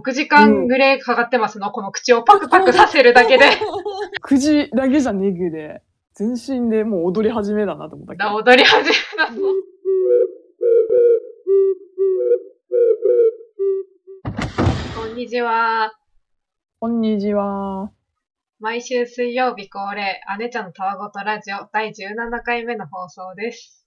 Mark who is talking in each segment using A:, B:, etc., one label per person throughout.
A: 6時間ぐらいかかってますの、この口をパクパクさせるだけで。
B: くじだけじゃねぐで、全身でもう踊り始めだなと思ったけど。
A: 踊り始めたの。 こんにちは。
B: こんにちは。
A: 毎週水曜日恒例、姉ちゃんのたわごとラジオ第17回目の放送です。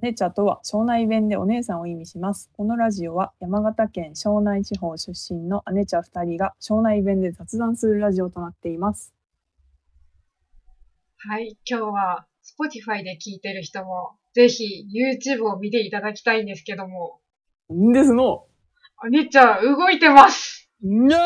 B: ネチャとは庄内弁でお姉さんを意味します。このラジオは山形県庄内地方出身の姉ちゃ二人が庄内弁で雑談するラジオとなっています。
A: はい、今日は Spotify で聞いてる人も、ぜひ YouTube を見ていただきたいんですけども、
B: んですの。
A: 姉ちゃん動いてます
B: イエ
A: イ
B: ー
A: エ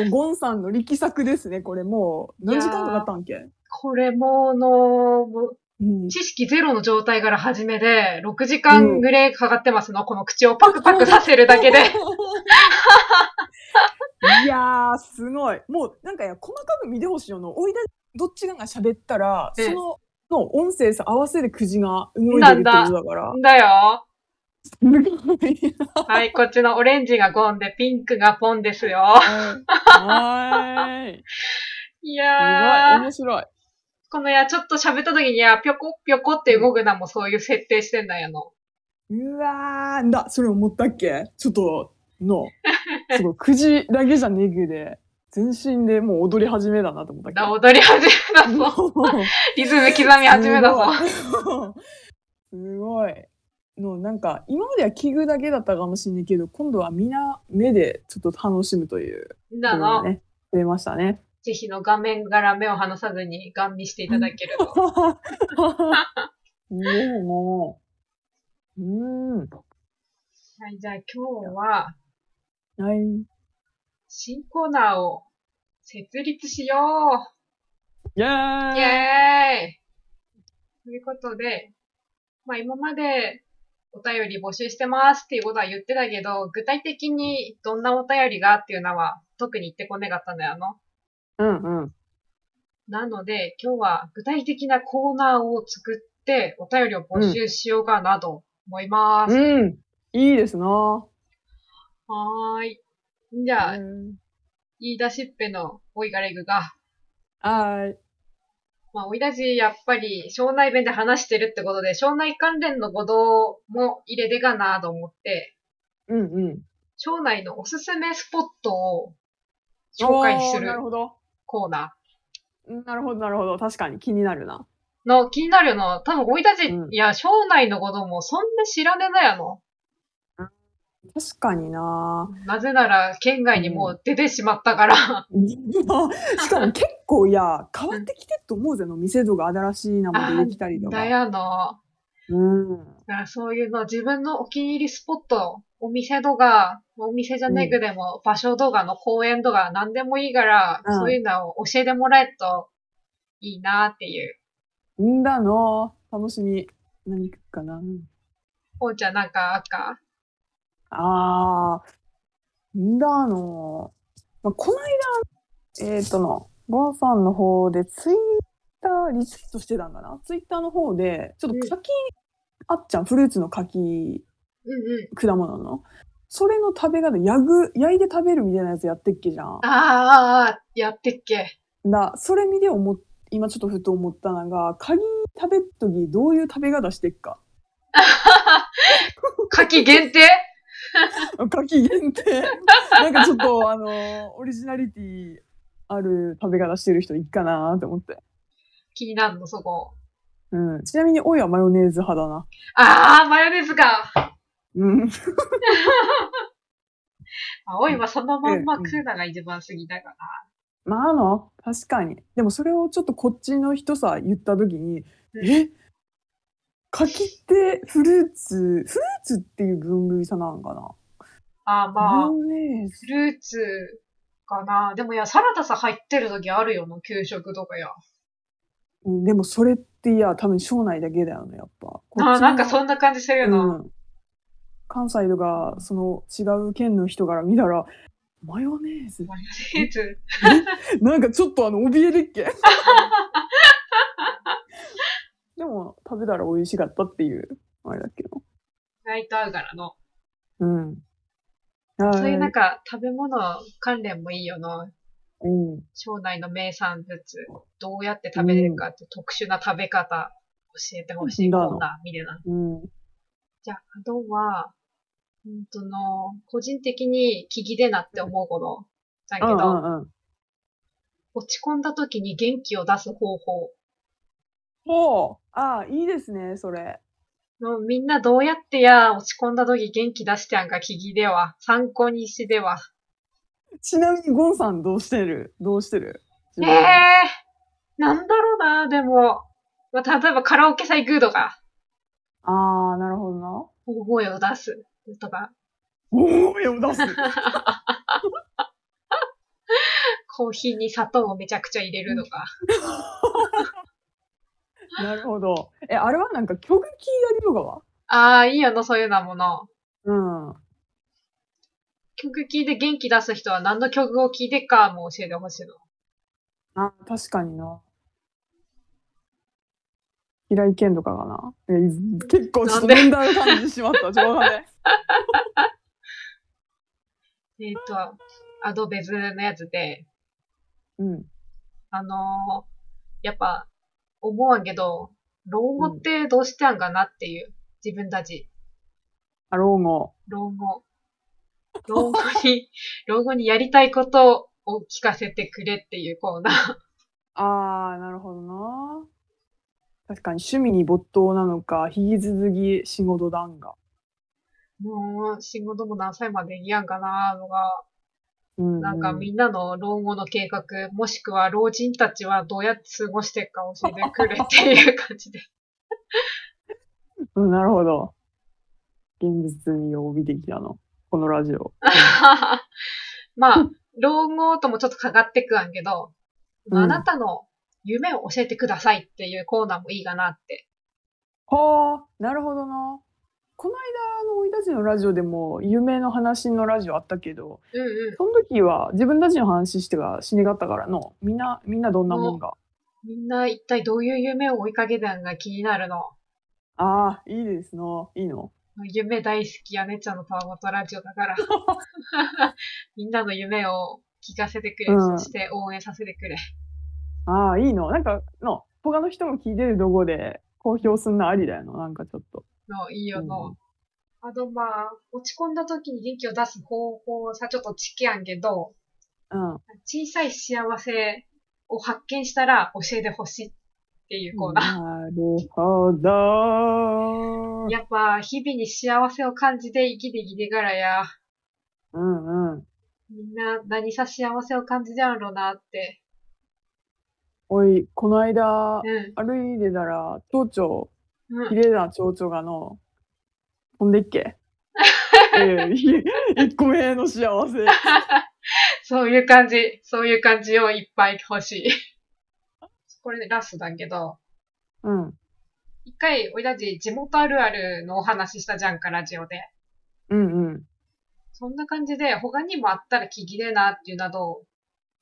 B: イもうゴンさんの力作ですね、これもう。何時間かかったんけ
A: ーイこれも、あの、も
B: うん
A: う。知識ゼロの状態から始めで、6時間ぐらいかかってますの、この口をパクパクさせるだけで。
B: いやー、すごい。もうなんかいや細かく見てほしいよの。おいだ、どっちかが喋ったら、
A: ええ
B: その、の音声さ合わせてくじが動いてるってことだから。
A: だよ。
B: すごい
A: はい、こっちのオレンジがゴンで、ピンクがポンですよ。
B: はい。す
A: い
B: ごい。
A: やー、
B: 面白い。
A: このや、ちょっと喋った時に、いや、ぴょこぴょこって動くなもそういう設定してんだよの。
B: うわー、だ、それ思ったっけちょっと、の。すごい。くじだけじゃねぐで、全身でもう踊り始めだなと思ったっけ
A: だ、踊り始めたぞ。
B: もう
A: リズム刻み始めたぞ。
B: ぞ。すごい。のなんか今までは器具だけだったかもしれないけど今度はみんな目でちょっと楽しむという
A: な
B: の
A: の、
B: がね出ましたね。
A: ぜひの画面から目を離さずに、ガン見していただけると。
B: もうもう。う
A: はい、じゃあ今日は、
B: ーん。はい。
A: 新コーナーを設立しよ
B: イェ
A: う
B: ー
A: イ
B: イ
A: ェーイということで、まあ今までお便り募集してますっていうことは言ってたけど、具体的にどんなお便りがっていうのは特に言ってこねかったんだよな。
B: うんうん。
A: なので、今日は具体的なコーナーを作って、お便りを募集しようかなと思います。
B: うん。いいですな。
A: はーい。じゃあ、
B: うん
A: 言い出しっぺのおいがれぐが、
B: はい。
A: まあ、おいだじ、やっぱり、庄内弁で話してるってことで、庄内関連の語動も入れてかなと思って、
B: うんうん。
A: 庄内のおすすめスポットを紹介す
B: おー
A: る
B: なるほど。
A: コーナ
B: なるほど、なるほど。確かに気になるな。
A: ーの気になるのは、多分おいだじ、
B: うん
A: いや、庄内のこともそんな知らねえなやの。
B: 確かにな。
A: なぜなら、県外にもう出てしまったから。
B: し かも結構いや変わってきてると思うぜの店とか新しい名前でできたりとか
A: だ。やの。
B: うん
A: だからそういうの、自分のお気に入りスポット、お店とか、お店じゃねえくでも、場所とかの公園とか、何でもいいから、
B: うん
A: そういうのを教えてもらえるといいなっていう。
B: んだの楽しみ。何食うかな。
A: おうちゃんなんかあっか
B: あー、んだの、まあ、この間、えっ、との、ゴンさんの方でツイッターリツイートしてたんだな。ツイッターの方で、ちょっと柿、あっちゃん、フルーツの柿、
A: うんう
B: 果物の。それの食べ方、焼ぐ、焼いて食べるみたいなやつやってっけじゃん。
A: ん。あーあー、あーやってっけ。
B: だそれ見で思っ今ちょっとふと思ったのが鍵食べっときどういう食べ方してっ か
A: 夏季限定
B: 柿限定なんかちょっとあのオリジナリティある食べ方してる人いっかなと思って、
A: 気になるの、そこ。
B: うん、ちなみにおいはマヨネーズ派だな
A: ああ、マヨネーズか。
B: うん
A: あ、おいはそのまんま食うのが一番好きだから。
B: まああの確かにでもそれをちょっとこっちの人さ言った時に
A: うん
B: え柿ってフルーツフルーツっていう分類さなのかな
A: ああ、ま
B: マ
A: あ
B: ヨ、ネーズ
A: フルーツかな。でもいや、サラダさ入ってる時あるよな、給食とかや。
B: うんでもそれっていや、多分省内だけだよね、やっぱ。こっちの
A: あなんかそんな感じしてるよな。
B: うん関西とか、その違う県の人から見たら、マヨネーズ
A: マヨネーズ。
B: なんかちょっとあの、怯える っけでも、食べたら美味しかったっていう、あれだっけど。
A: ライトアウガラの。
B: うん。
A: そういうなんか、食べ物関連もいいよな。
B: うん。
A: 町内の名産物、どうやって食べれるかって特殊な食べ方、教えてほしい
B: なる
A: コーナー、みたいな。
B: うん。
A: じゃあ、あとは、うんとの、個人的に聞きでなって思うことだけ
B: うんう
A: ど、
B: んうん。
A: 落ち込んだ時に元気を出す方法。
B: おうああ、いいですね、それ。
A: のみんなどうやってや、落ち込んだ時元気出してやんか、聞きでは。参考にしでは。
B: ちなみに、ゴンさんどうしてるどうしてる
A: ええー、なんだろうな、でも。まあ、例えばカラオケ祭グーとか、
B: ああ、なるほどな。
A: 大声を出すとか、
B: おお、を出 す。
A: コーヒーに砂糖をめちゃくちゃ入れるとか。
B: なるほど。え、あれはなんか、虚劇やりとかは
A: ああ、いいよな、そういうなもの。
B: うん。
A: 曲聴いて元気出す人は何の曲を聴いてっかも教えてほしいの。
B: あ、確かにな。平井堅とかかな。いやい結構ちょっ
A: なん
B: と
A: で
B: 年代を感じてしまった。ちょうどね。
A: えっ、と、アドベズのやつで、
B: うん。
A: あのーやっぱ、思わんけど、老後ってどうしてやんかなっていう、自分たち。
B: あ、老後。
A: 老後。老後に、老後にやりたいことを聞かせてくれっていうコーナー。
B: ああ、なるほどな。確かに趣味に没頭なのか、引き続き仕事談が。
A: もう、仕事も何歳までいやんかなのが、
B: うん、うん。
A: なんかみんなの老後の計画、もしくは老人たちはどうやって過ごしてっか教えてくれっていう感じで。
B: うん、なるほど。現実味を帯びてきたの。このラジオ。
A: まあ、老後ともちょっとかかってくわんけど、
B: うん
A: あなたの夢を教えてくださいっていうコーナーもいいかなって。
B: はあ、なるほどな。この間、あの、生い立ちのラジオでも、夢の話のラジオあったけど、
A: うんう
B: その時は自分たちの話してが死にがったからの、みんな、みんなどんなもんが。
A: ん。みんな一体どういう夢を追いかけたんが気になるの。
B: ああ、いいですの。いいの。
A: 夢大好きやねちゃんのパワーモトラジオだ から。 みんなの夢を聞かせてくれ、
B: うん
A: そして応援させてくれ。
B: ああ、いいの。なんか、の、他の人も聞いてるとこで、公表すんなありだよの。なんかちょっと。
A: の、いいよ
B: う
A: の。あとまあ、落ち込んだ時に元気を出す方法はさ、ちょっとチキやんけど、
B: うん。
A: 小さい幸せを発見したら教えてほしいっていうコーナー。
B: なるほど。
A: やっぱ、日々に幸せを感じて生きてきてからや、
B: うんうん。
A: みんな何さ幸せを感じてやろうなって。
B: おい、この間、
A: うん。
B: 歩いてたら、蝶々、
A: う
B: 綺
A: ん。
B: 麗な蝶々がの、飛んでっ け。っていう、一個目の幸せ。
A: そういう感じ。そういう感じをいっぱい欲しい。これでラストだけど、
B: うん。
A: 一回、俺たち地元あるあるのお話ししたじゃんか、ラジオで。
B: うんうん。
A: そんな感じで、他にもあったら聞きねえなっていうなど、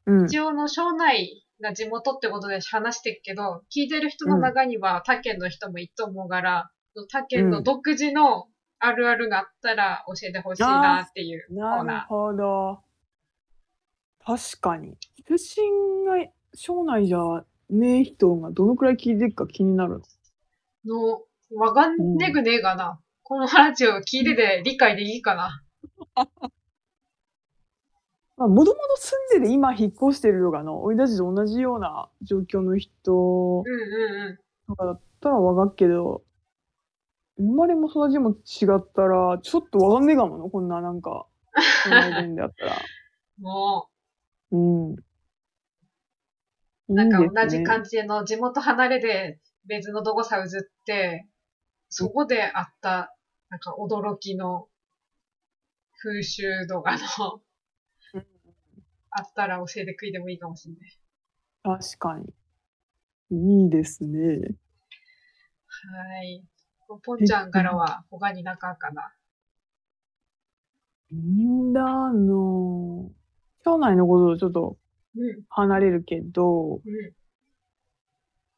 B: うん。
A: 一応の省内が地元ってことで話してるけど、聞いてる人の中には他県の人もいると思うから、他県の独自のあるあるがあったら教えてほしいなっていうコ
B: な
A: ー
B: る
A: ナ
B: ほど。確かに。出身が省内じゃねえ人がどのくらい聞いてるか気になるの。
A: ーの、わかんねぐねえかな。この話を聞いてて理解でいいかな。
B: まあ、もともと住んでて今引っ越してるとかの、俺たちと同じような状況の人
A: うんうんう
B: とかだったらわかっけど、生まれも育ちも違ったら、ちょっとわかんねえかもな、こんななんか、こんな意見であった ら。
A: ん。も
B: うん。
A: う、なんか同
B: いいです
A: じ
B: ね
A: 感じの地元離れで別のどこさ譲って、そこであった、なんか驚きの風習とかの、あったら教えてくれてもいいかもしれない。
B: 確かに。いいですね。
A: はい。ぽんちゃんからは他になんかあるかな。
B: みんなの、町内のこととちょっと
A: うん。
B: 離れるけど、
A: うん。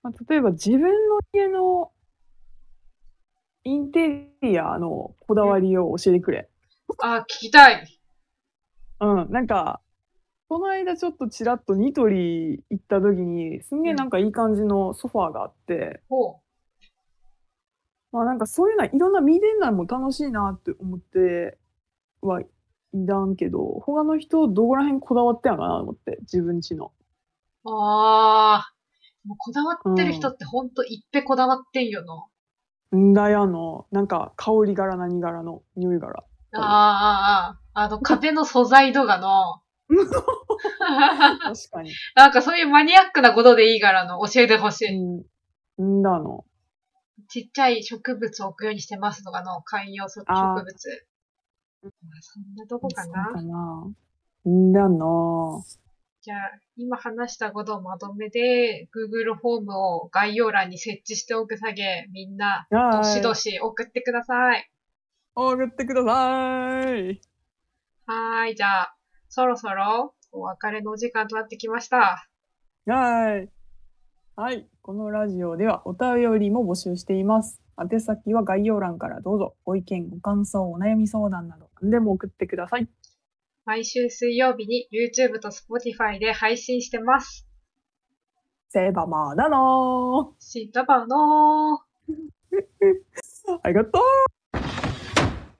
B: まあ、例えば自分の家のインテリアのこだわりを教えてくれ。
A: あ、聞きたい。
B: うん、なんか、この間ちょっとちらっとニトリ行った時に、すんげえなんかいい感じのソファーがあって、
A: ほ
B: まあなんかそういうのはいろんな見れるのも楽しいなって思ってはいらんけど、他の人どこら辺こだわってやんかなと思って、自分ちの。
A: う。ああ。もうこだわってる人ってほんといっぺこだわってんよな。
B: んだやの、なんか香り柄何柄の匂い柄。うん
A: ああ、ああ、あの、風の素材度がの。
B: 確かに。
A: なんかそういうマニアックなことでいいからの教えてほしい。
B: うんんだの。
A: ちっちゃい植物を置くようにしてますとかの観葉植
B: あー
A: 物。まあそんなとこか
B: そう
A: な。
B: かな。んだの。
A: じゃあ、今話したことをまとめて、Google フォームを概要欄に設置しておくさげ、みんな、どしど
B: し。
A: し送ってください。
B: 送ってください。
A: はーい、じゃあ、そろそろお別れのお時間となってきました。
B: はい。はい。このラジオではお便りも募集しています。宛先は概要欄からどうぞ。ご意見、ご感想、お悩み相談など、何でも送ってください。
A: 毎週水曜日に YouTube と Spotify で配信してます。
B: セバマーだの
A: シータバーのー。
B: ー。ありがとう